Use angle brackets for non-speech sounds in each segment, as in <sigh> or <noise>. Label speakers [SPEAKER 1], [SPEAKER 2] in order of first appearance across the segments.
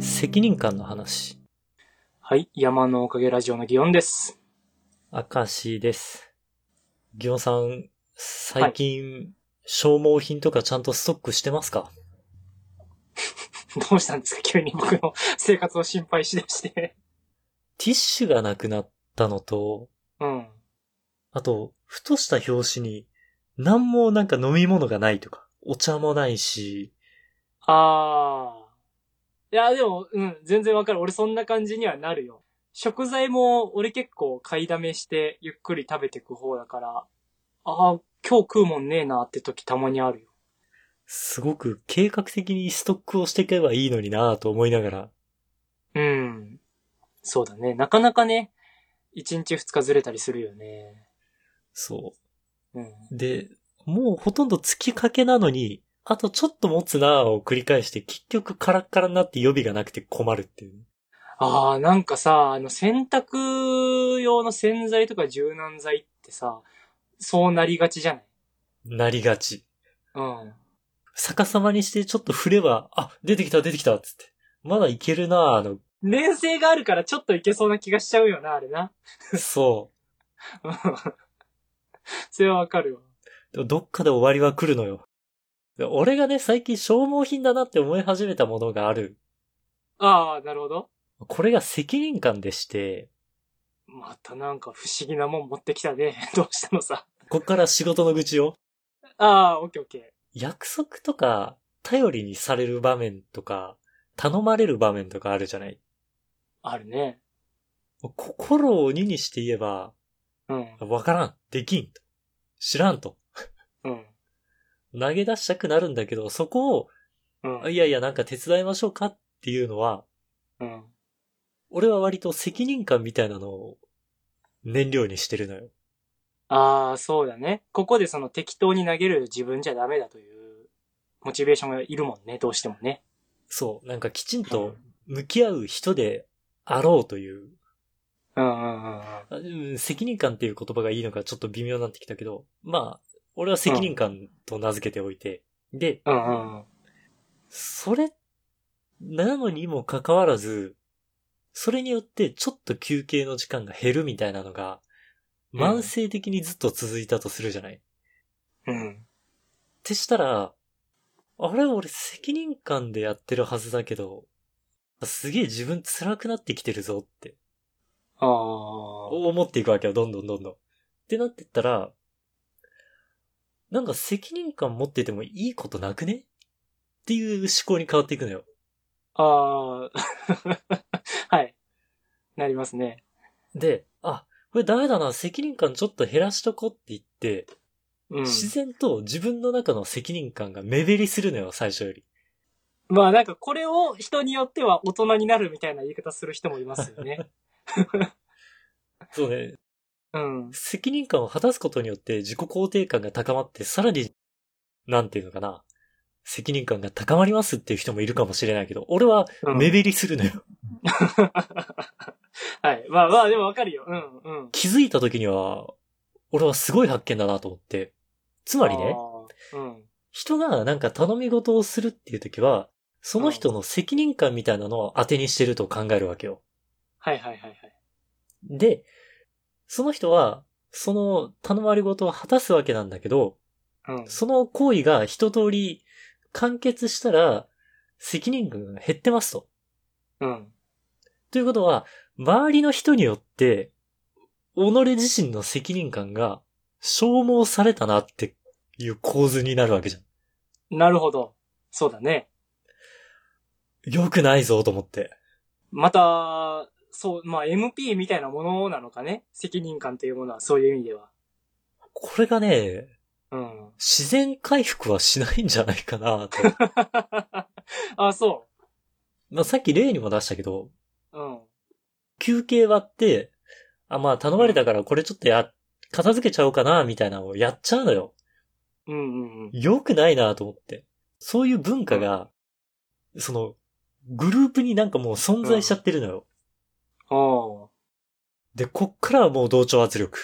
[SPEAKER 1] 責任感の話。
[SPEAKER 2] はい、山のおかげラジオの祇園です。 <laughs>
[SPEAKER 1] 明石です。ギオンさん、最近、消耗品とかちゃんとストックしてますか
[SPEAKER 2] どうしたんですか急に僕の生活を心配しだして。 <laughs>
[SPEAKER 1] ティッシュがなくなったのと、
[SPEAKER 2] うん。
[SPEAKER 1] あと、ふとした表紙に、なんもなんか飲み物がないとか、お茶もないし、
[SPEAKER 2] あー。いや、でも、うん、全然わかる。俺そんな感じにはなるよ。食材も俺結構買いだめしてゆっくり食べてく方だから、あー、今日食うもんねえなって時たまにあるよ。
[SPEAKER 1] すごく計画的にストックをしていけばいいのになぁと思いながら、
[SPEAKER 2] うん。そうだね。なかなかね、1日2日ずれたりするよね。
[SPEAKER 1] そ
[SPEAKER 2] うん。
[SPEAKER 1] う。で、もうほとんど月かけなのに、あとちょっと持つなぁを繰り返して、結局カラッカラになって予備がなくて困るっていう。
[SPEAKER 2] ああ、なんかさ、あの、洗濯用の洗剤とか柔軟剤ってさ、そうなりがちじゃない
[SPEAKER 1] なりがち。
[SPEAKER 2] うん。
[SPEAKER 1] 逆さまにしてちょっと振れば、あ、出てきた出てきたっつって。まだいけるなぁ、あの、 <laughs>
[SPEAKER 2] 粘性があるからちょっといけそうな気がしちゃうよな、あれな。 <laughs>
[SPEAKER 1] そ
[SPEAKER 2] うんそれはわかるわ。
[SPEAKER 1] う。でもどっかで終わりは来るのよ。で俺がね、最近消耗品だなって思い始めたものがある。
[SPEAKER 2] ああ、なるほど。
[SPEAKER 1] これが責任感でして、
[SPEAKER 2] またなんか不思議なもん持ってきたね。 <laughs> どうしたのさ。
[SPEAKER 1] こっから仕事の愚痴を。
[SPEAKER 2] ああ、オッケーオッケ
[SPEAKER 1] 約束とか、頼りにされる場面とか、頼まれる場面とかあるじゃない。
[SPEAKER 2] ー。あるね。
[SPEAKER 1] 心を鬼にして言えば、
[SPEAKER 2] うん。
[SPEAKER 1] わからん、できんと、知らんと、
[SPEAKER 2] うん。
[SPEAKER 1] 投げ出したくなるんだけど、そこを、
[SPEAKER 2] うん。
[SPEAKER 1] いやいや、なんか手伝いましょうかっていうのは、
[SPEAKER 2] うん。
[SPEAKER 1] 俺は割と責任感みたいなのを燃料にしてるのよ。
[SPEAKER 2] ああ、そうだね。ここでその適当に投げる自分じゃダメだという、モチベーションがいるもんね、どうしてもね。
[SPEAKER 1] そう、なんかきちんと向き合う人であろうという、
[SPEAKER 2] うんうんうんうん。
[SPEAKER 1] あうん責任感っていう言葉がいいのかちょっと微妙になってきたけど、まあ、俺は責任感と名付けておいて、で、
[SPEAKER 2] うんうんうん。
[SPEAKER 1] それ、なのにもかかわらず、それによってちょっと休憩の時間が減るみたいなのが、
[SPEAKER 2] うん
[SPEAKER 1] 慢性的にずっと続いたとするじゃない。
[SPEAKER 2] うん。
[SPEAKER 1] ってしたら、あれ俺責任感でやってるはずだけど、すげえ自分辛くなってきてるぞって
[SPEAKER 2] ああ。
[SPEAKER 1] 思っていくわけよ、どんどんどんどん。ってなってったら、なんか責任感持っててもいいことなくねっていう思考に変わっていくのよ。
[SPEAKER 2] ああ。はい。なりますね。
[SPEAKER 1] で、あ、これダメだな、責任感ちょっと減らしとこうって言って、
[SPEAKER 2] うん。
[SPEAKER 1] 自然と自分の中の責任感が目減りするのよ、最初より。
[SPEAKER 2] まあなんかこれを人によっては大人になるみたいな言い方する人もいますよね。
[SPEAKER 1] そうね、
[SPEAKER 2] うん。
[SPEAKER 1] 責任感を果たすことによって自己肯定感が高まって、さらに、なんていうのかな、責任感が高まりますっていう人もいるかもしれないけど、俺は
[SPEAKER 2] うん
[SPEAKER 1] 目減りするのよ。
[SPEAKER 2] はい。まあまあでもわかるよ。うんうん。
[SPEAKER 1] 気づいた時には、俺はすごい発見だなと思って。つまりね、
[SPEAKER 2] あー。うん。
[SPEAKER 1] 人がなんか頼み事をするっていう時は、その人の責任感みたいなのを当てにしてると考えるわけよ。
[SPEAKER 2] はいはいはいはい。
[SPEAKER 1] で、その人は、その頼まれ事を果たすわけなんだけど、
[SPEAKER 2] うん。
[SPEAKER 1] その行為が一通り完結したら、責任感が減ってますと。
[SPEAKER 2] うん。
[SPEAKER 1] ということは、周りの人によって、己自身の責任感が消耗されたなっていう構図になるわけじゃ
[SPEAKER 2] なるほど。そうだね。
[SPEAKER 1] ん。良くないぞと思って。
[SPEAKER 2] また、そう、まあ MP みたいなものなのかね。責任感というものはそういう意味では。
[SPEAKER 1] これがね、
[SPEAKER 2] うん。
[SPEAKER 1] 自然回復はしないんじゃないかなと。 <laughs>
[SPEAKER 2] <laughs> あ、そ
[SPEAKER 1] まあさっき例にも出したけど、
[SPEAKER 2] う。うん。
[SPEAKER 1] 休憩割って、あ、まあ頼まれたからこれちょっとや、片付けちゃおうかなみたいなのをやっちゃうのよ。
[SPEAKER 2] うんうんうん。
[SPEAKER 1] 良くないなと思って。そういう文化が、その、グループになんかもう存在しちゃってるのよ。
[SPEAKER 2] おー <laughs>
[SPEAKER 1] で、こっからはもう同調圧力。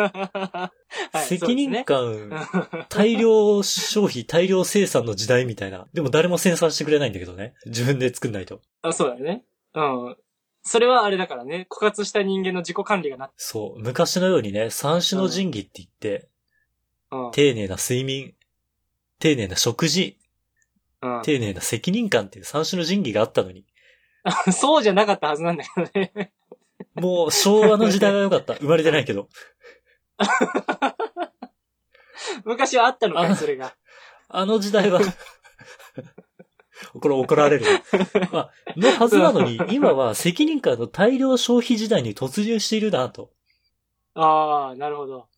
[SPEAKER 2] はい
[SPEAKER 1] 責任感、
[SPEAKER 2] そうですね
[SPEAKER 1] 大量消費、 <laughs> 大量生産の時代みたいな。でも誰も生産してくれないんだけどね。自分で作んないと。
[SPEAKER 2] <laughs> あ、そうだよね。うん。それはあれだからね、枯渇した人間の自己管理がな、
[SPEAKER 1] そう。昔のようにね、三種の神器って言って、
[SPEAKER 2] うん。
[SPEAKER 1] 丁寧な睡眠、丁寧な食事、
[SPEAKER 2] うん
[SPEAKER 1] 丁寧な責任感っていう三種の神器があったのに。
[SPEAKER 2] <laughs> そうじゃなかったはずなんだけどね。 <laughs>
[SPEAKER 1] もう昭和の時代は良かった。生まれてないけど。
[SPEAKER 2] 昔はあったのかい、
[SPEAKER 1] あ
[SPEAKER 2] それが。
[SPEAKER 1] あの時代は、これ怒られるよ。 <laughs> まあ、のはずなのに、今は責任感の大量消費時代に突入しているなと。
[SPEAKER 2] ああ、なるほど。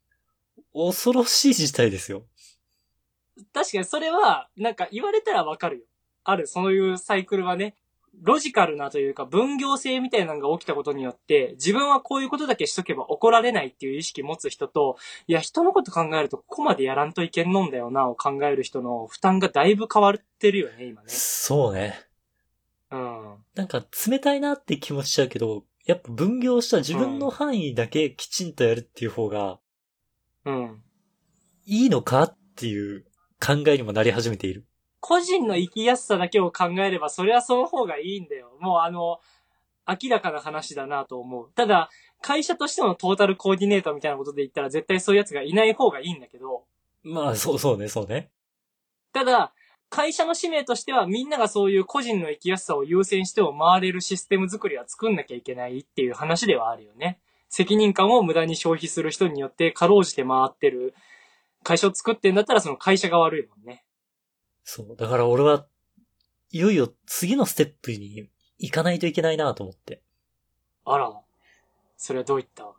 [SPEAKER 1] 恐ろしい事態ですよ。
[SPEAKER 2] 確かにそれは、なんか言われたらわかるよ。ある、そういうサイクルはね、ロジカルなというか分業制みたいなのが起きたことによって、自分はこういうことだけしとけば怒られないっていう意識持つ人と、いや、人のこと考えるとここまでやらんといけんのんだよなを考える人の負担がだいぶ変わってるよね、今ね。
[SPEAKER 1] そうね。
[SPEAKER 2] うん。
[SPEAKER 1] なんか冷たいなって気もしちゃうけど、やっぱ分業した自分の範囲だけきちんとやるっていう方が
[SPEAKER 2] うん。
[SPEAKER 1] いいのかっていう考えにもなり始めている。
[SPEAKER 2] 個人の生きやすさだけを考えれば、それはその方がいいんだよ。もうあの、明らかな話だなと思う。ただ、会社としてのトータルコーディネートみたいなことで言ったら、絶対そういうやつがいない方がいいんだけど、
[SPEAKER 1] まあ、そうそうね、そうね。
[SPEAKER 2] ただ、会社の使命としては、みんながそういう個人の生きやすさを優先しても回れるシステム作りは作んなきゃいけないっていう話ではあるよね。責任感を無駄に消費する人によって、かろうじて回ってる会社を作ってんだったら、その会社が悪いもんね。
[SPEAKER 1] そう。だから俺は、いよいよ次のステップに行かないといけないなと思って。
[SPEAKER 2] あら、それはどういった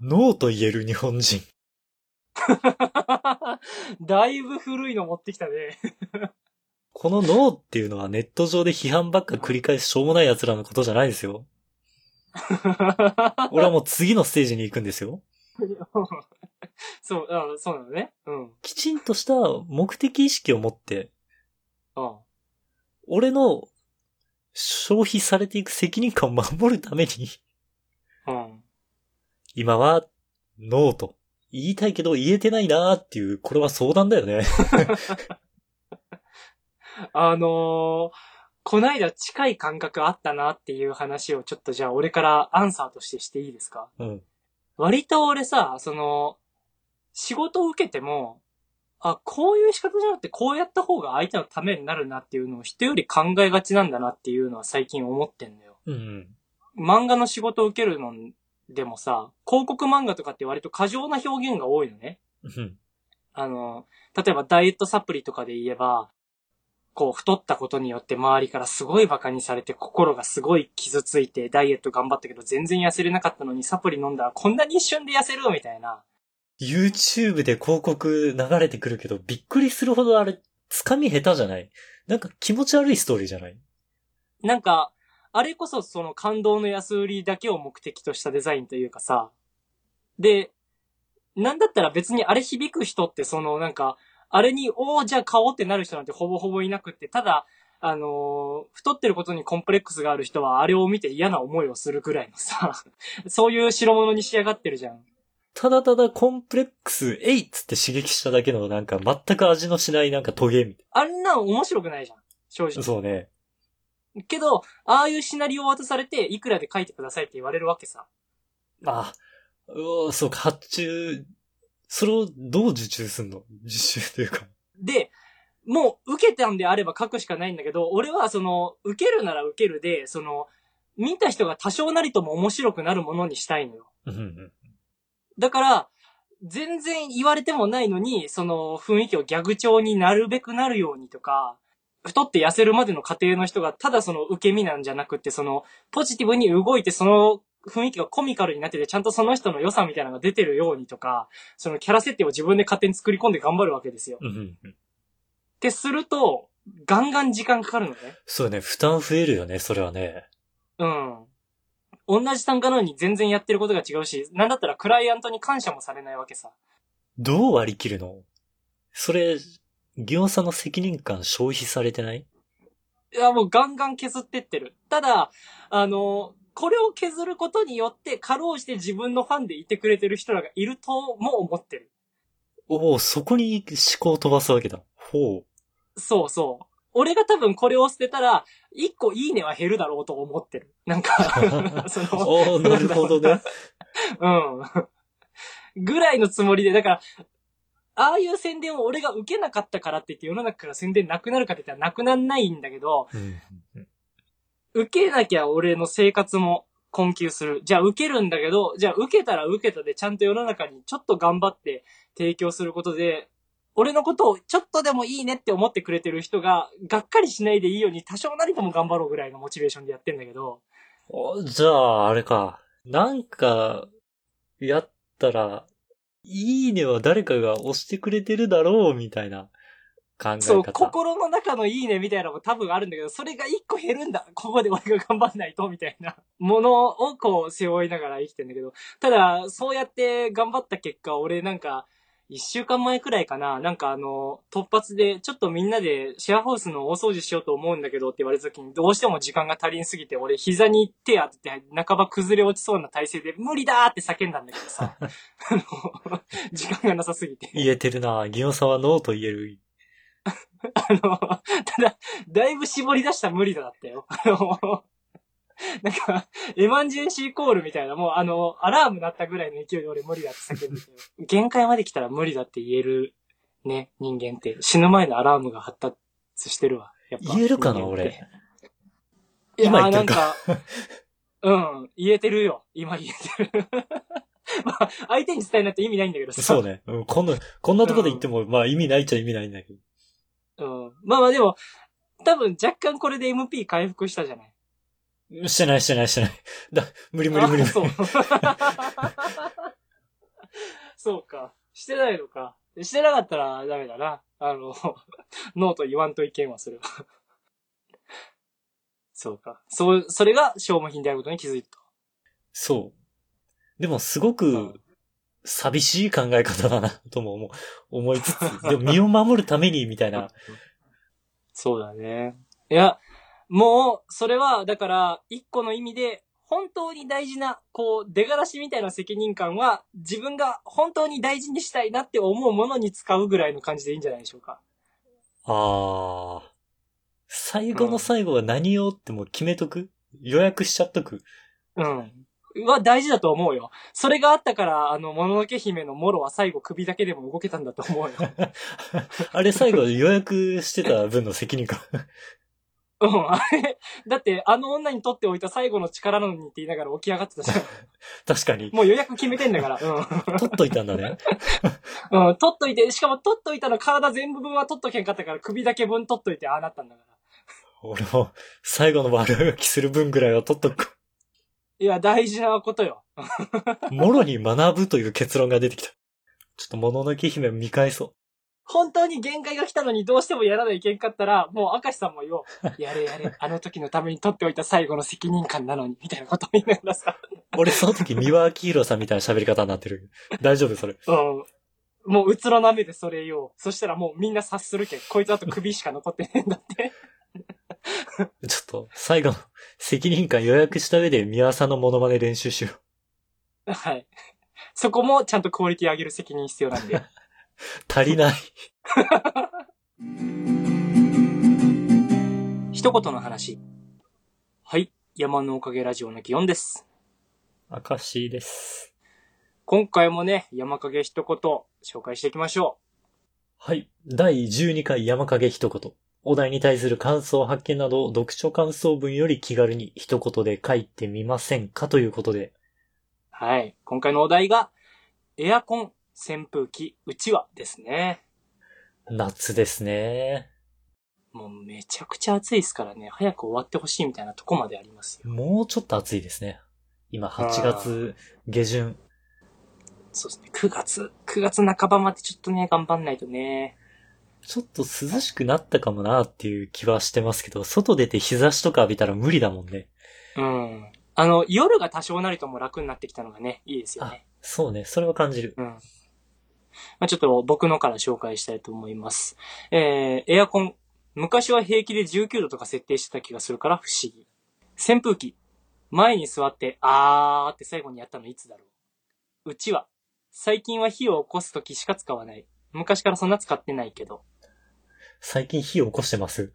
[SPEAKER 1] ノーと言える日本人。
[SPEAKER 2] <laughs> だいぶ古いの持ってきたね。 <laughs>
[SPEAKER 1] このノーっていうのはネット上で批判ばっか繰り返すしょうもない奴らのことじゃないですよ。俺はもう次のステージに行くんですよ。
[SPEAKER 2] そう、あそうなのね。うん。
[SPEAKER 1] きちんとした目的意識を持って、
[SPEAKER 2] うん。
[SPEAKER 1] 俺の消費されていく責任感を守るために、
[SPEAKER 2] うん。
[SPEAKER 1] 今はノーと言いたいけど言えてないなーっていう、これは相談だよね。
[SPEAKER 2] あのー、こないだ近い感覚あったなっていう話をちょっとじゃあ俺からアンサーとしてしていいですか
[SPEAKER 1] うん。
[SPEAKER 2] 割と俺さ、その、仕事を受けても、あ、こういう仕方じゃなくてこうやった方が相手のためになるなっていうのを人より考えがちなんだなっていうのは最近思ってんだよ。
[SPEAKER 1] うん。
[SPEAKER 2] 漫画の仕事を受けるのでもさ、広告漫画とかって割と過剰な表現が多いのね。
[SPEAKER 1] うん。
[SPEAKER 2] あの、例えばダイエットサプリとかで言えば、こう太ったことによって周りからすごい馬鹿にされて心がすごい傷ついてダイエット頑張ったけど全然痩せれなかったのにサプリ飲んだらこんなに一瞬で痩せるみたいな。
[SPEAKER 1] YouTube で広告流れてくるけど、びっくりするほどあれ、つかみ下手じゃないなんか気持ち悪いストーリーじゃない
[SPEAKER 2] なんか、あれこそその感動の安売りだけを目的としたデザインというかさ。で、なんだったら別にあれ響く人ってそのなんか、あれに、おーじゃあ買おうってなる人なんてほぼほぼいなくって、ただ、あのー太ってることにコンプレックスがある人はあれを見て嫌な思いをするぐらいのさ、 <laughs> そういう代物に仕上がってるじゃん。
[SPEAKER 1] ただただコンプレックス、えいっつって刺激しただけのなんか全く味のしないなんかトゲみた
[SPEAKER 2] あんなの面白くないじゃん。正
[SPEAKER 1] いな。
[SPEAKER 2] 直。
[SPEAKER 1] そうね。
[SPEAKER 2] けど、ああいうシナリオを渡されて、いくらで書いてくださいって言われるわけさ。
[SPEAKER 1] あ、うおそうか、発注、それをどう受注すんの受注というか。
[SPEAKER 2] で、もう受けたんであれば書くしかないんだけど、俺はその、受けるなら受けるで、その、見た人が多少なりとも面白くなるものにしたいのよ。
[SPEAKER 1] うんうん。
[SPEAKER 2] だから、全然言われてもないのに、その雰囲気をギャグ調になるべくなるようにとか、太って痩せるまでの過程の人がただその受け身なんじゃなくって、そのポジティブに動いてその雰囲気がコミカルになってて、ちゃんとその人の良さみたいなのが出てるようにとか、そのキャラ設定を自分で勝手に作り込んで頑張るわけですよ。
[SPEAKER 1] うんうんうん。
[SPEAKER 2] ってすると、ガンガン時間かかるのね。
[SPEAKER 1] そうね、負担増えるよね、それはね。
[SPEAKER 2] うん。同じ単価なのに全然やってることが違うし、なんだったらクライアントに感謝もされないわけさ。
[SPEAKER 1] どう割り切るのそれ、ギオンさんの責任感消費されてない
[SPEAKER 2] いや、もうガンガン削ってってる。ただ、あの、これを削ることによって、かろうじて自分のファンでいてくれてる人らがいるとも思ってる。
[SPEAKER 1] おお、そこに思考を飛ばすわけだ。ほう。、
[SPEAKER 2] そうそう。俺が多分これを捨てたら、一個いいねは減るだろうと思ってる。なんかその、
[SPEAKER 1] おお、 <laughs> なるほどね。
[SPEAKER 2] うん。 <laughs> ぐらいのつもりで、だから、ああいう宣伝を俺が受けなかったからって言って世の中から宣伝なくなるかって言ったらなくなんないんだけど、
[SPEAKER 1] うん
[SPEAKER 2] 受けなきゃ俺の生活も困窮する。じゃあ受けるんだけど、じゃあ受けたら受けたでちゃんと世の中にちょっと頑張って提供することで、俺のことをちょっとでもいいねって思ってくれてる人が、がっかりしないでいいように多少なりとも頑張ろうぐらいのモチベーションでやってんだけど、
[SPEAKER 1] おじゃあ、あれか。なんか、やったら、いいねは誰かが押してくれてるだろう、みたいな考え方。
[SPEAKER 2] そう、心の中のいいねみたいなのも多分あるんだけど、それが一個減るんだ。ここで俺が頑張んないと、みたいなものをこう背負いながら生きてんだけど、ただ、そうやって頑張った結果、俺なんか、一週間前くらいかな、なんかあの、突発で、ちょっとみんなでシェアハウスの大掃除しようと思うんだけどって言われた時に、どうしても時間が足りんすぎて、俺膝に手当てて、半ば崩れ落ちそうな体勢で、無理だーって叫んだんだけ
[SPEAKER 1] <laughs>
[SPEAKER 2] どさ、あの、時間がなさすぎて。
[SPEAKER 1] 言えてるな。ギオさんはノーと言える。
[SPEAKER 2] あの、ただ、だいぶ絞り出したら無理だったよ。あの、なんか、エマンジェンシーコールみたいな、もうあの、アラーム鳴ったぐらいの勢いで俺無理だって叫んでたよ。限界まで来たら無理だって言える、ね、人間って。死ぬ前のアラームが発達してるわ。やっぱ
[SPEAKER 1] 言えるかな、
[SPEAKER 2] 人間って
[SPEAKER 1] 俺。
[SPEAKER 2] いや
[SPEAKER 1] 今言ってるか
[SPEAKER 2] なんか、うん、言えてるよ。今言えてる。 <laughs> まあ、相手に伝えないと意味ないんだけどさ
[SPEAKER 1] そう
[SPEAKER 2] <laughs>
[SPEAKER 1] ね。うん、こんな、こんなとこで言っても、まあ意味ないっちゃ意味ないんだけど。
[SPEAKER 2] うん。まあまあでも、多分若干これで MP 回復したじゃない
[SPEAKER 1] してないしてないしてない。 <laughs> だ、無理無理無理無
[SPEAKER 2] あ
[SPEAKER 1] 理。
[SPEAKER 2] そう。 <laughs> そうか。してないのか。してなかったらダメだな。あの、 <laughs> ノーと言わんといけんわ、それは。そうか。そう、それが消耗品であることに気づいた。
[SPEAKER 1] そう。でもすご
[SPEAKER 2] う
[SPEAKER 1] く
[SPEAKER 2] ん
[SPEAKER 1] 寂しい考え方だな、とも思う思いつつ、でも身を守るために、みたいな。
[SPEAKER 2] そうだね。いや、もう、それは、だから、一個の意味で、本当に大事な、こう、出がらしみたいな責任感は、自分が本当に大事にしたいなって思うものに使うぐらいの感じでいいんじゃないでしょうか。
[SPEAKER 1] あー。最後の最後は何をってもう決めとく予約しちゃっとく
[SPEAKER 2] うん。は大事だと思うよ。それがあったから、あの、もののけ姫のモロは最後首だけでも動けたんだと思うよ。
[SPEAKER 1] あれ最後予約してた分の責任感。
[SPEAKER 2] うん、あれ。だって、あの女にとっておいた最後の力なのにって言いながら起き上がってたじゃん。
[SPEAKER 1] <laughs> 確かに。
[SPEAKER 2] もう予約決めてんだから。うん。
[SPEAKER 1] 取っといたんだね。
[SPEAKER 2] うん、取っといて、しかも取っといたの体全部分は取っとけんかったから、首だけ分取っといて、ああなったんだから。
[SPEAKER 1] 俺も最後の悪あがきする分ぐらいは取っとく。
[SPEAKER 2] いや、大事なことよ。
[SPEAKER 1] もろに学ぶという結論が出てきた。ちょっともののけ姫見返そ
[SPEAKER 2] 本当に限界が来たのにどうしてもやらないけんかったら、もう明石さんも言おう。やれやれ、あの時のために取っておいた最後の責任感なのに、みたいなことを言いながらさ。
[SPEAKER 1] う。俺その時三輪明宏さんみたいな喋り方になってる。大丈夫それ。
[SPEAKER 2] うん。もう、うつろな目でそれ言おう。そしたらもうみんな察するけん。こいつあと首しか残ってねえんだって。 <laughs>
[SPEAKER 1] ちょっと最後の責任感予約した上で三輪さんのモノマネ練習しよう。
[SPEAKER 2] はい。そこもちゃんとクオリティ上げる責任必要なんで。
[SPEAKER 1] 足りない。
[SPEAKER 2] 一言の話。はい。山のおかげラジオの祇園です。
[SPEAKER 1] 証です。
[SPEAKER 2] 今回もね、山影一言紹介していきましょ
[SPEAKER 1] はい。第12回山影一言。お題に対する感想発見など、読書感想文より気軽に一言で書いてみませんかということで。
[SPEAKER 2] う。はい。今回のお題が、エアコン、扇風機、うちわですね。
[SPEAKER 1] 夏ですね。
[SPEAKER 2] もうめちゃくちゃ暑いですからね、早く終わってほしいみたいなとこまでありますよ。
[SPEAKER 1] もうちょっと暑いですね。今8月下旬。
[SPEAKER 2] そうですね。9月、9月半ばまでちょっとね、頑張んないとね。
[SPEAKER 1] ちょっと涼しくなったかもなっていう気はしてますけど、外出て日差しとか浴びたら無理だもんね。
[SPEAKER 2] うん。あの、夜が多少なりとも楽になってきたのがね、いいですよね。
[SPEAKER 1] そうね、それは感じる。
[SPEAKER 2] うん。まあ、ちょっと僕のから紹介したいと思います。えー、エアコン。昔は平気で19度とか設定してた気がするから不思議。扇風機。前に座って、あーって最後にやったのいつだろう。うちは、最近は火を起こすときしか使わない。昔からそんな使ってないけど。
[SPEAKER 1] 最近火を起こしてます。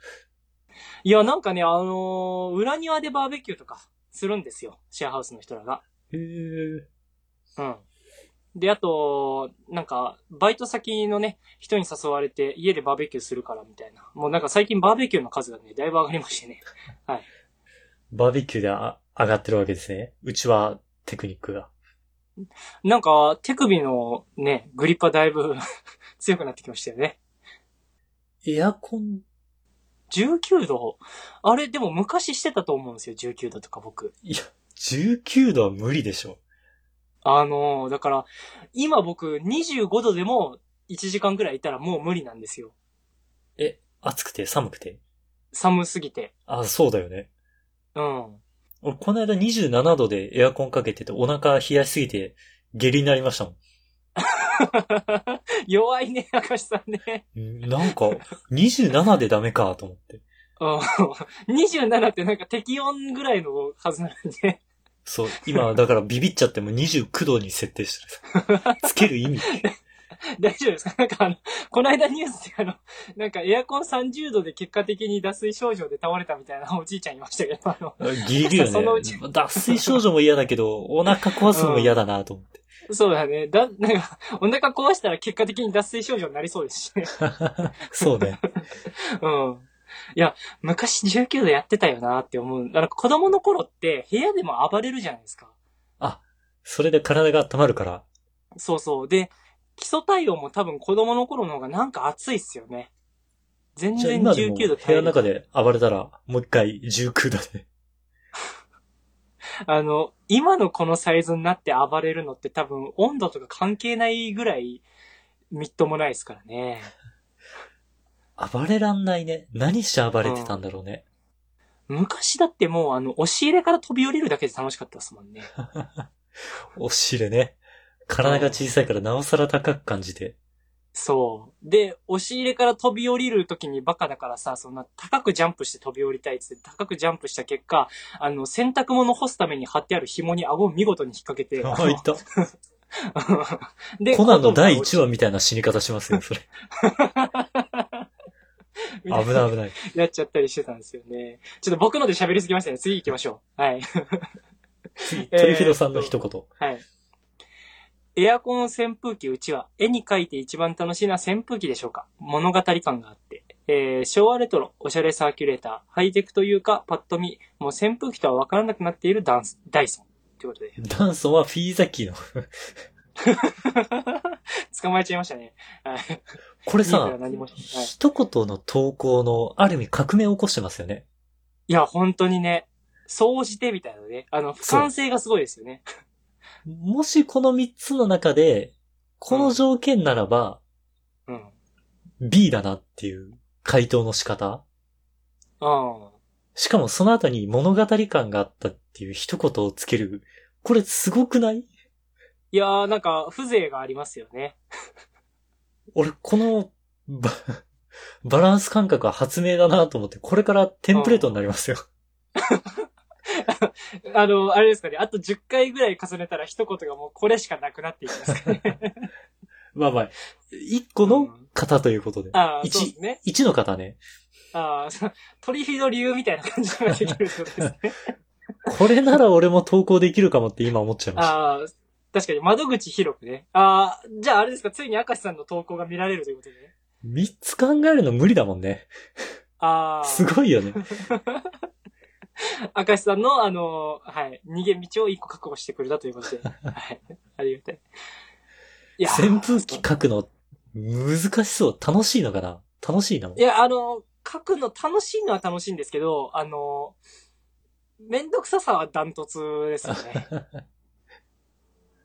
[SPEAKER 2] いや、なんかね、あのー裏庭でバーベキューとかするんですよ。シェアハウスの人らが。
[SPEAKER 1] へえ。
[SPEAKER 2] うん。で、あと、なんか、バイト先のね、人に誘われて家でバーベキューするからみたいな。もうなんか最近バーベキューの数がね、だいぶ上がりましてね。
[SPEAKER 1] バーベキューであ上がってるわけですね。うちはテクニックが。
[SPEAKER 2] なんか、手首のね、グリッパだいぶ <laughs> 強くなってきましたよね。
[SPEAKER 1] エアコン、
[SPEAKER 2] 19度あれ、でも昔してたと思うんですよ、19度とか僕。
[SPEAKER 1] いや、19度は無理でしょ。
[SPEAKER 2] あのーだから、今僕25度でも1時間ぐらいいたらもう無理なんですよ。
[SPEAKER 1] え、暑くて寒くて。
[SPEAKER 2] 寒すぎて。
[SPEAKER 1] あ、そうだよね。
[SPEAKER 2] うん。
[SPEAKER 1] 俺、この間27度でエアコンかけててお腹冷やしすぎて下痢になりましたも
[SPEAKER 2] 弱いね、明石さんね。
[SPEAKER 1] ん。んなん
[SPEAKER 2] <laughs>
[SPEAKER 1] か、27でダメかと思って。
[SPEAKER 2] うん。27ってなんか適温ぐらいのはずなのにね。
[SPEAKER 1] そう、今、だからビビっちゃってもう29度に設定して
[SPEAKER 2] <laughs>
[SPEAKER 1] る。つける意味。
[SPEAKER 2] 大丈夫ですかなんかあの、この間ニュースであの、なんかエアコン30度で結果的に脱水症状で倒れたみたいなおじいちゃんいましたけど、あの、
[SPEAKER 1] ギリギリ
[SPEAKER 2] その
[SPEAKER 1] よ
[SPEAKER 2] う
[SPEAKER 1] ね
[SPEAKER 2] ち。
[SPEAKER 1] 脱水症状も嫌だけど、お腹壊すのも嫌だなと思
[SPEAKER 2] <laughs>
[SPEAKER 1] って。
[SPEAKER 2] そうだね。だ、なんか、お腹壊したら結果的に脱水症状になりそうですしね。
[SPEAKER 1] そうね。
[SPEAKER 2] うん。いや、昔19度やってたよなって思う。だから子供の頃って部屋でも暴れるじゃないですか。
[SPEAKER 1] それで体が温まるから。
[SPEAKER 2] そうそう。で、基礎体温も多分子供の頃の方がなんか暑いっすよね。全
[SPEAKER 1] じゃあ
[SPEAKER 2] 然
[SPEAKER 1] 今でも
[SPEAKER 2] 19度
[SPEAKER 1] 部屋の中
[SPEAKER 2] で。
[SPEAKER 1] で暴れたら、もう一回19度で。
[SPEAKER 2] あの、今のこのサイズになって暴れるのって多分温度とか関係ないぐらいみっともないですからね。
[SPEAKER 1] 暴れらんないね。何して暴れてたんだろうね。
[SPEAKER 2] 昔だってもうあの、押し入れから飛び降りるだけで楽しかったですもんね。
[SPEAKER 1] お汁ね。体が小さいからなおさら高く感じて。
[SPEAKER 2] そう。で、押し入れから飛び降りるときにバカだからさ、そんな高くジャンプして飛び降りたいっつって高くジャンプした結果、あの、洗濯物干すために貼ってある紐に顎を見事に引っ掛けて。
[SPEAKER 1] あ、いた。
[SPEAKER 2] で
[SPEAKER 1] コナンの第1話みたいな死に方しますよ、それ。危
[SPEAKER 2] <laughs> みたい
[SPEAKER 1] ない危ない。
[SPEAKER 2] なっちゃったりしてたんですよね。ちょっと僕ので喋りすぎましたね。次行きましょう。はい。
[SPEAKER 1] 次、
[SPEAKER 2] えー
[SPEAKER 1] トリフィドさんの一言。
[SPEAKER 2] はい。エアコン扇風機うちは絵に描いて一番楽しいのは扇風機でしょうか物語感があって。えー昭和レトロ、おしゃれサーキュレーター、ハイテクというか、パッと見、もう扇風機とは分からなくなっているダンス、ダイソン。ということで。 <laughs>
[SPEAKER 1] ダンソンはフィーザキーの。
[SPEAKER 2] 捕まえちゃいましたね。はい。
[SPEAKER 1] これ
[SPEAKER 2] いいか
[SPEAKER 1] さ
[SPEAKER 2] ら、何もはい
[SPEAKER 1] 一言の投稿の、ある意味革命を起こしてますよね。
[SPEAKER 2] いや、本当にね、総じてみたいなね。あの、俯瞰性がすごいですよね。
[SPEAKER 1] もしこの三つの中で、この条件ならば、
[SPEAKER 2] うん。
[SPEAKER 1] B だなっていう回答の仕方
[SPEAKER 2] うん。
[SPEAKER 1] しかもその後に物語感があったっていう一言をつける。これすごくない
[SPEAKER 2] いやー、なんか、風情がありますよね。
[SPEAKER 1] 俺、このバ、 <laughs> バランス感覚は発明だなと思って、これからテンプレートになりますよ。
[SPEAKER 2] あの、あれですかね、あと10回ぐらい重ねたら一言がもうこれしかなくなっていきます
[SPEAKER 1] <laughs>
[SPEAKER 2] かね。
[SPEAKER 1] まあまあ、一個の型ということで。
[SPEAKER 2] ああ、
[SPEAKER 1] 一
[SPEAKER 2] そうですね。
[SPEAKER 1] 一の型ね。
[SPEAKER 2] ああ、 <laughs> そうトリフィの理由みたいな感じができるってことです
[SPEAKER 1] <laughs>
[SPEAKER 2] ね。
[SPEAKER 1] これなら俺も投稿できるかもって今思っちゃいました。
[SPEAKER 2] ああ、確かに窓口広くね。ああ、じゃああれですか、ついに明石さんの投稿が見られるということでね。
[SPEAKER 1] 三つ考えるの無理だもんね。
[SPEAKER 2] ああ、
[SPEAKER 1] すごいよね。
[SPEAKER 2] 明石さんの、あの、はい、逃げ道を一個確保してくれたということで。はい、ありがたい。いやー
[SPEAKER 1] 扇風機書くの難しそう。楽しいのかな楽しいない
[SPEAKER 2] や、あの、書くの楽しいのは楽しいんですけど、あの、めんどくささはダントツですよね。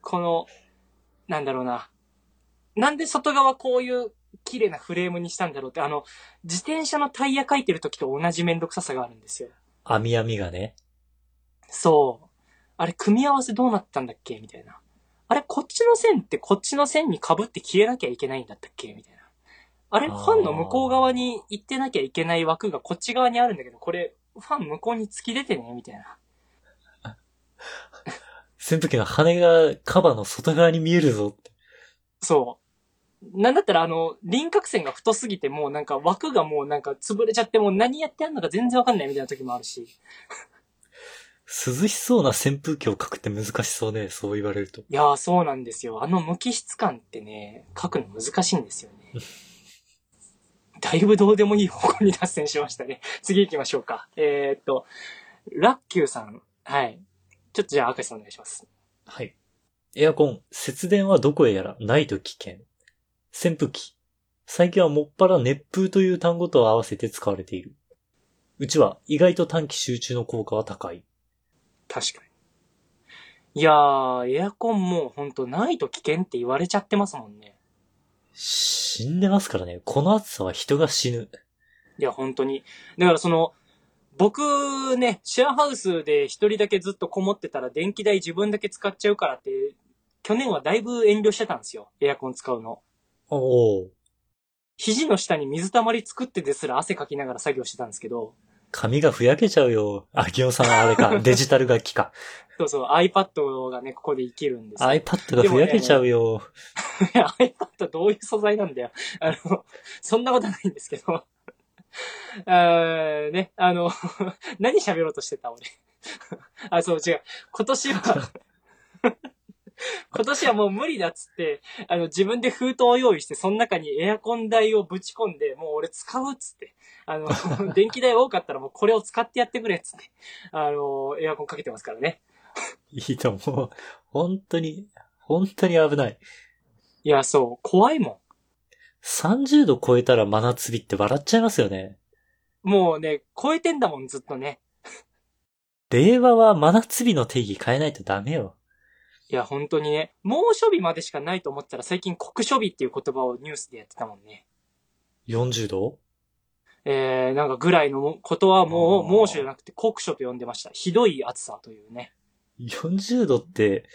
[SPEAKER 2] この、なんだろうな。なんで外側こういう綺麗なフレームにしたんだろうって、あの、自転車のタイヤ書いてる時と同じめんどくささがあるんですよ。
[SPEAKER 1] 網網がね。
[SPEAKER 2] そう。あれ、組み合わせどうなったんだっけみたいな。あれ、こっちの線ってこっちの線に被って消えなきゃいけないんだったっけみたいな。あれ、
[SPEAKER 1] あ
[SPEAKER 2] フ
[SPEAKER 1] ー
[SPEAKER 2] ァンの向こう側に行ってなきゃいけない枠がこっち側にあるんだけど、これ、ファン向こうに突き出てねみたいな。
[SPEAKER 1] 扇風機の羽がカバーの外側に見えるぞって。
[SPEAKER 2] そう。なんだったらあの、輪郭線が太すぎてもうなんか枠がもうなんか潰れちゃってもう何やってやるのか全然わかんないみたいな時もあるし。
[SPEAKER 1] 涼しそうな扇風機を描くって難しそうね、そう言われると。
[SPEAKER 2] いやーそうなんですよ。あの無機質感ってね、書くの難しいんですよ <laughs> ね。だいぶどうでもいい方向に脱線しましたね。次行きましょうか。えー、っと、ラッキューさん。はい。ちょっとじゃあ、赤石さんお願いします。
[SPEAKER 1] はい。エアコン、節電はどこへやらないと危険。扇風機、最近はもっぱら熱風という単語と合わせて使われている。うちは意外と短期集中の効果は高い。
[SPEAKER 2] 確かに。いやー、エアコンもうほんとないと危険って言われちゃってますもんね。
[SPEAKER 1] 死んでますからね。この暑さは人が死ぬ。
[SPEAKER 2] いや、本当に。だからその、僕ね、シェアハウスで一人だけずっとこもってたら電気代自分だけ使っちゃうからって、去年はだいぶ遠慮してたんですよ。エアコン使うの。
[SPEAKER 1] おお。
[SPEAKER 2] 肘の下に水たまり作ってですら汗かきながら作業してたんですけど、
[SPEAKER 1] 髪がふやけちゃうよ。あ、ギオさんあれか。 <laughs> デジタル楽器か。
[SPEAKER 2] そうそう、iPad がね、ここで生きるんですよ。
[SPEAKER 1] iPad がふやけちゃうよ。
[SPEAKER 2] いや iPad どういう素材なんだよ。あの、そんなことはないんですけど。 <laughs> あーね、あの、 <laughs> 何喋ろうとしてた俺。 <laughs> あ、そう違う。今年は、 <laughs> 今年はもう無理だっつって、あの自分で封筒を用意して、その中にエアコン代をぶち込んで、もう俺使うっつって、あの、 <laughs> 電気代多かったらもうこれを使ってやってくれっつって、あの、エアコンかけてますからね。
[SPEAKER 1] いいと思う。本当に、本当に危ない。
[SPEAKER 2] いや、そう、怖いもん。
[SPEAKER 1] 30度超えたら真夏日って笑っちゃいますよね。
[SPEAKER 2] もうね、超えてんだもん、ずっとね。
[SPEAKER 1] 令和は真夏日の定義変えないとダメよ。
[SPEAKER 2] いや、本当にね、猛暑日までしかないと思ってたら最近酷暑日っていう言葉をニュースでやってたもんね。
[SPEAKER 1] 40度
[SPEAKER 2] えー、なんかぐらいのことはもう
[SPEAKER 1] あー
[SPEAKER 2] 猛暑じゃなくて酷暑と呼んでました。ひどい暑さというね。
[SPEAKER 1] ?40 度って、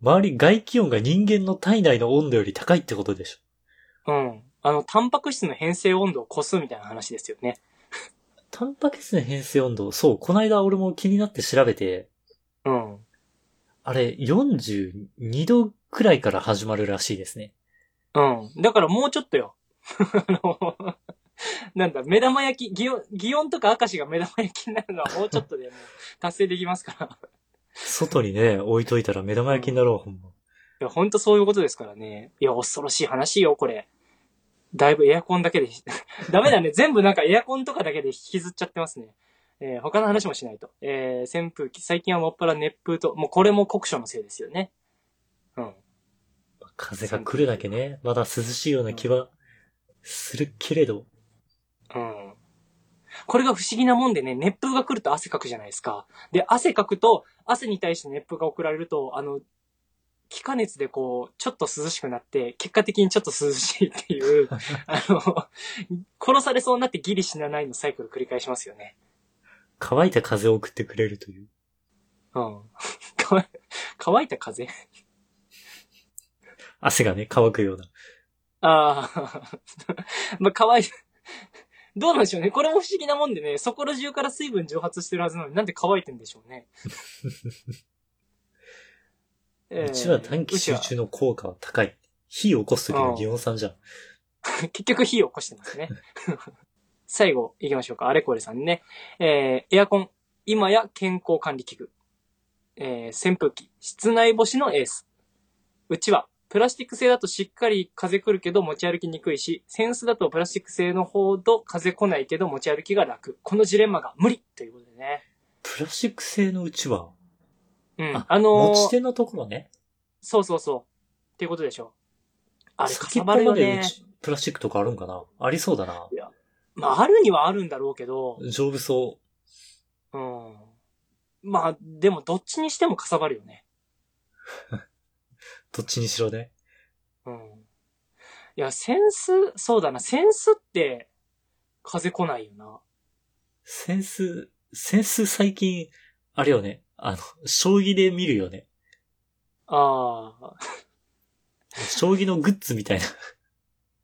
[SPEAKER 1] 周り外気温が人間の体内の温度より高いってことでしょ。
[SPEAKER 2] うん。あの、タンパク質の変性温度を超すみたいな話ですよね。
[SPEAKER 1] タンパク質の変性温度、そう、こないだ俺も気になって調べて、
[SPEAKER 2] うん。
[SPEAKER 1] あれ、42度くらいから始まるらしいですね。
[SPEAKER 2] うん。だからもうちょっとよ。 <laughs> あの、なんだ、目玉焼き、擬音、擬音とか明石が目玉焼きになるのはもうちょっとでもう達成できますから。
[SPEAKER 1] 外にね、置いといたら目玉焼きになろう、ほんま。
[SPEAKER 2] いや、ほんとそういうことですからね。いや、恐ろしい話よ、これ。だいぶエアコンだけで、 <laughs> ダメだね。全部なんかエアコンとかだけで引きずっちゃってますね。えー他の話もしないと。えー扇風機。最近はもっぱら熱風と、もうこれも酷暑のせいですよね。うん。
[SPEAKER 1] 風が来るだけね、まだ涼しいような気はするけれど、
[SPEAKER 2] うん。これが不思議なもんでね、熱風が来ると汗かくじゃないですか。で、汗かくと、汗に対して熱風が送られると、あの、気化熱でこう、ちょっと涼しくなって、結果的にちょっと涼しいっていう、あの、殺されそうになってギリ死なないのサイクル繰り返しますよね。
[SPEAKER 1] 乾いた風を送ってくれるという。
[SPEAKER 2] うん。乾乾いた風
[SPEAKER 1] 汗がね、乾くような。
[SPEAKER 2] ああ、 <laughs> まあ、乾いた。どうなんでしょうね。これも不思議なもんでね、そこら中から水分蒸発してるはずなのになんで乾いてんでしょう
[SPEAKER 1] <laughs>
[SPEAKER 2] ね。えー
[SPEAKER 1] うちは短期
[SPEAKER 2] うち
[SPEAKER 1] 集
[SPEAKER 2] は
[SPEAKER 1] 中の効果は高い。火を起こす時の擬音さんじゃん。
[SPEAKER 2] 結局火を起こしてますね。 <laughs> 最後行きましょうか。あれこれさんね。えーエアコン。今や健康管理器具。えー扇風機。室内干しのエース。うちは、プラスチック製だとしっかり風来るけど持ち歩きにくいし、センスだとプラスチック製のほど風来ないけど持ち歩きが楽。このジレンマが無理ということでね。
[SPEAKER 1] プラスチック製のうちは、
[SPEAKER 2] うん。あ
[SPEAKER 1] あ
[SPEAKER 2] の
[SPEAKER 1] 持ち
[SPEAKER 2] ー、
[SPEAKER 1] 手のところね。
[SPEAKER 2] そうそうそう。っていうことでしょう。あれ、か
[SPEAKER 1] 先
[SPEAKER 2] さ
[SPEAKER 1] っぽ
[SPEAKER 2] ばる
[SPEAKER 1] ま
[SPEAKER 2] よ
[SPEAKER 1] で
[SPEAKER 2] ね
[SPEAKER 1] う。ちプラスチックとかあるんかなありそうだな。
[SPEAKER 2] まあ、あるにはあるんだろうけど、
[SPEAKER 1] 丈夫そ
[SPEAKER 2] うん。まあ、でもどっちにしてもかさばるよね。
[SPEAKER 1] う。どっちにしろね。
[SPEAKER 2] うん。いや、センス、そうだな、センスって、風来ないよな。
[SPEAKER 1] センス、センス最近、あれよね。あの、将棋で見るよね。
[SPEAKER 2] あ
[SPEAKER 1] 将棋のグッズみたいな。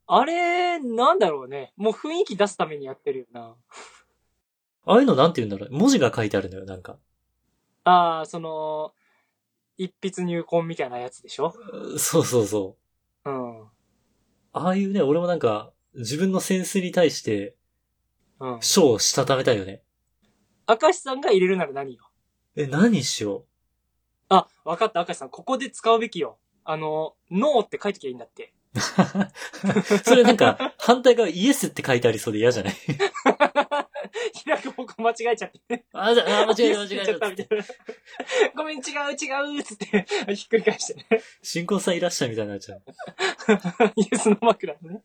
[SPEAKER 2] あ。あれ、なんだろうね。もう雰囲気出すためにやってるよな。
[SPEAKER 1] ああいうのなんて言うんだろう。文字が書いてあるのよ、なんか。
[SPEAKER 2] ああ、その、一筆入魂みたいなやつでしょ
[SPEAKER 1] そうそうそう。
[SPEAKER 2] うん。うん。
[SPEAKER 1] ああいうね、俺もなんか、自分のセンスに対して、賞をしたためたいよね。
[SPEAKER 2] 明石さんが入れるなら何よ
[SPEAKER 1] え、何しよ
[SPEAKER 2] あ、わかった、明石さん。ここで使うべきよ。あの、ノーって書いときゃいいんだって。 <laughs>
[SPEAKER 1] う。 <laughs> それなんか、反対側イエスって書いてありそうで嫌じゃない
[SPEAKER 2] 開く方向間違えちゃってね。
[SPEAKER 1] あ、じゃあ、あ間違えた間違えたっつっ
[SPEAKER 2] み
[SPEAKER 1] て。
[SPEAKER 2] たいな。ごめん、違う、違う、つって、 <laughs> ひっくり返してね。
[SPEAKER 1] 新婚さんいらっしゃいみたいになっちゃう。
[SPEAKER 2] イエスの枕のね。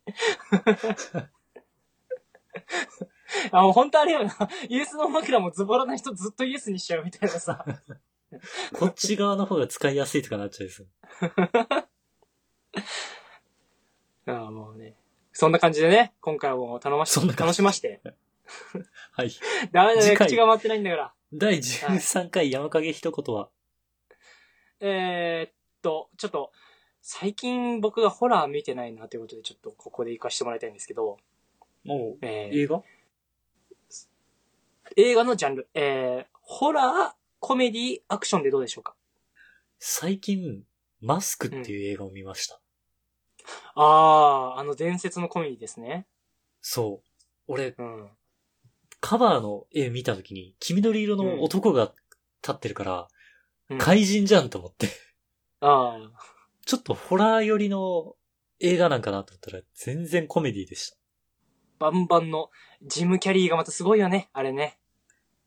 [SPEAKER 2] あ、もう本当あれよな。イエスの枕もズボラな人ずっとイエスにしちゃうみたいなさ。
[SPEAKER 1] こっち側の方が使いやすいとかなっちゃいそう。
[SPEAKER 2] あもうね。そんな感じでね、今回はもう頼まし
[SPEAKER 1] そんな感じ
[SPEAKER 2] 楽しまして。
[SPEAKER 1] はい。
[SPEAKER 2] ダメだね、
[SPEAKER 1] 次回
[SPEAKER 2] 口が回ってないんだから。
[SPEAKER 1] 第13回山影一言は、
[SPEAKER 2] えー、っと、ちょっと、最近僕がホラー見てないなということで、ちょっとここで行かしてもらいたいんですけど、
[SPEAKER 1] もう、
[SPEAKER 2] えー
[SPEAKER 1] 映画
[SPEAKER 2] 映画のジャンル、えー、ホラー、コメディ、アクションでどうでしょうか
[SPEAKER 1] 最近、マスクっていう映画を見ました。
[SPEAKER 2] あー、あの伝説のコメディですね。
[SPEAKER 1] そう。俺、
[SPEAKER 2] うん。
[SPEAKER 1] カバーの絵見た時に、黄緑色の男が立ってるから、
[SPEAKER 2] うん
[SPEAKER 1] 怪人じゃんと思って。
[SPEAKER 2] あ
[SPEAKER 1] ちょっとホラー寄りの映画なんかなと思ったら、全然コメディでし
[SPEAKER 2] ー、バンバンの、ジム・キャリーがまたすごいよね、あれね。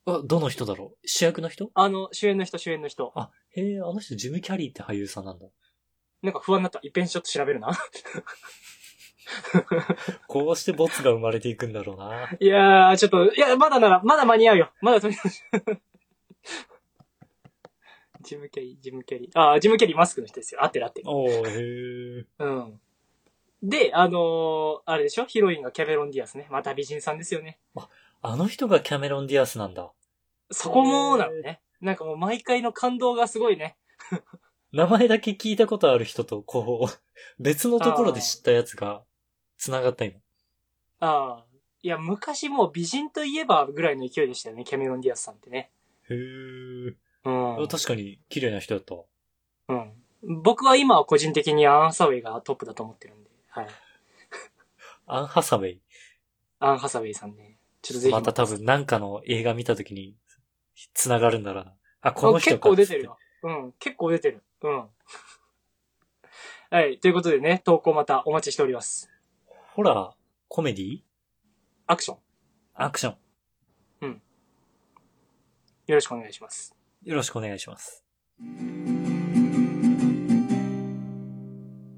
[SPEAKER 1] た。あ、どの人だろう主役の人
[SPEAKER 2] あの、主演の人、主演の人。
[SPEAKER 1] あ、へえ、あの人ジム・キャリーって俳優さんなんだ。
[SPEAKER 2] なんか不安になった。一遍ちょっと調べるな。 <laughs>
[SPEAKER 1] こうしてボツが生まれていくんだろう
[SPEAKER 2] <laughs>
[SPEAKER 1] な。
[SPEAKER 2] いやー、ちょっと、いや、まだなら、まだ間に合うよ。まだとりあえず。 <laughs> ジム・キャリー、ジム・キャリー。あー、ジム・キャリーマスクの人ですよ。合ってる合ってる。
[SPEAKER 1] おー、へえ。
[SPEAKER 2] うん。で、あのーあれでしょヒロインがキャメロン・ディアスね。また美人さんですよね。
[SPEAKER 1] あの人がキャメロン・ディアスなんだ。
[SPEAKER 2] そこもなのね。なんかもう毎回の感動がすごいね。
[SPEAKER 1] 名前だけ聞いたことある人と、こう、 <laughs> 別のところで知ったやつが、繋がった今。
[SPEAKER 2] ああ。いや、昔もう美人といえばぐらいの勢いでしたよね。キャメロン・ディアスさんってね。
[SPEAKER 1] へえ。
[SPEAKER 2] うん。
[SPEAKER 1] あ確かに、綺麗な人だったわ。
[SPEAKER 2] うん。僕は今は個人的にアン・ハサウェイがトップだと思ってるんで。はい。
[SPEAKER 1] アン・ハサウェイ。
[SPEAKER 2] アン・ハサウェイさんね。ちょっとぜひ。
[SPEAKER 1] また多分、なんかの映画見たときに、繋がるんだろうな。あ、この人
[SPEAKER 2] 結
[SPEAKER 1] か
[SPEAKER 2] 構出てるよ。うん。結構出てる。うん。 <laughs> はい。ということでね、投稿またお待ちしております。
[SPEAKER 1] ホラー、コメディ
[SPEAKER 2] アクション。
[SPEAKER 1] アクション。
[SPEAKER 2] よろしくお願いします。
[SPEAKER 1] よろしくお願いします。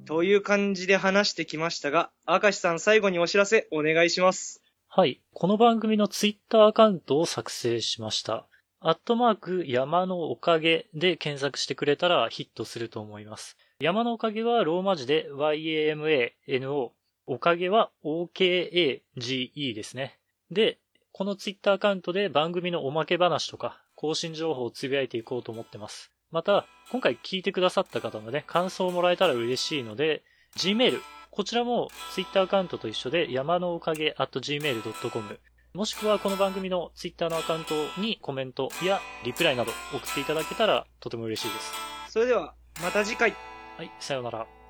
[SPEAKER 3] という感じで話してきましたが、明石さん最後にお知らせお願いします。
[SPEAKER 1] はい。この番組のツイッターアカウントを作成しました。アットマーク山のおかげで検索してくれたらヒットすると思います。山のおかげはローマ字で YAMANO。おかげは OKAGE ですね。で、このツイッターアカウントで番組のおまけ話とか更新情報をつぶやいていこうと思ってます。また、今回聞いてくださった方のね、感想をもらえたら嬉しいので、Gmail、こちらも Twitter アカウントと一緒で山のおかげ at gmail.com もしくはこの番組の Twitter のアカウントにコメントやリプライなど送っていただけたらとても嬉しいです。
[SPEAKER 3] それでは、また次回。
[SPEAKER 1] はい、さようなら。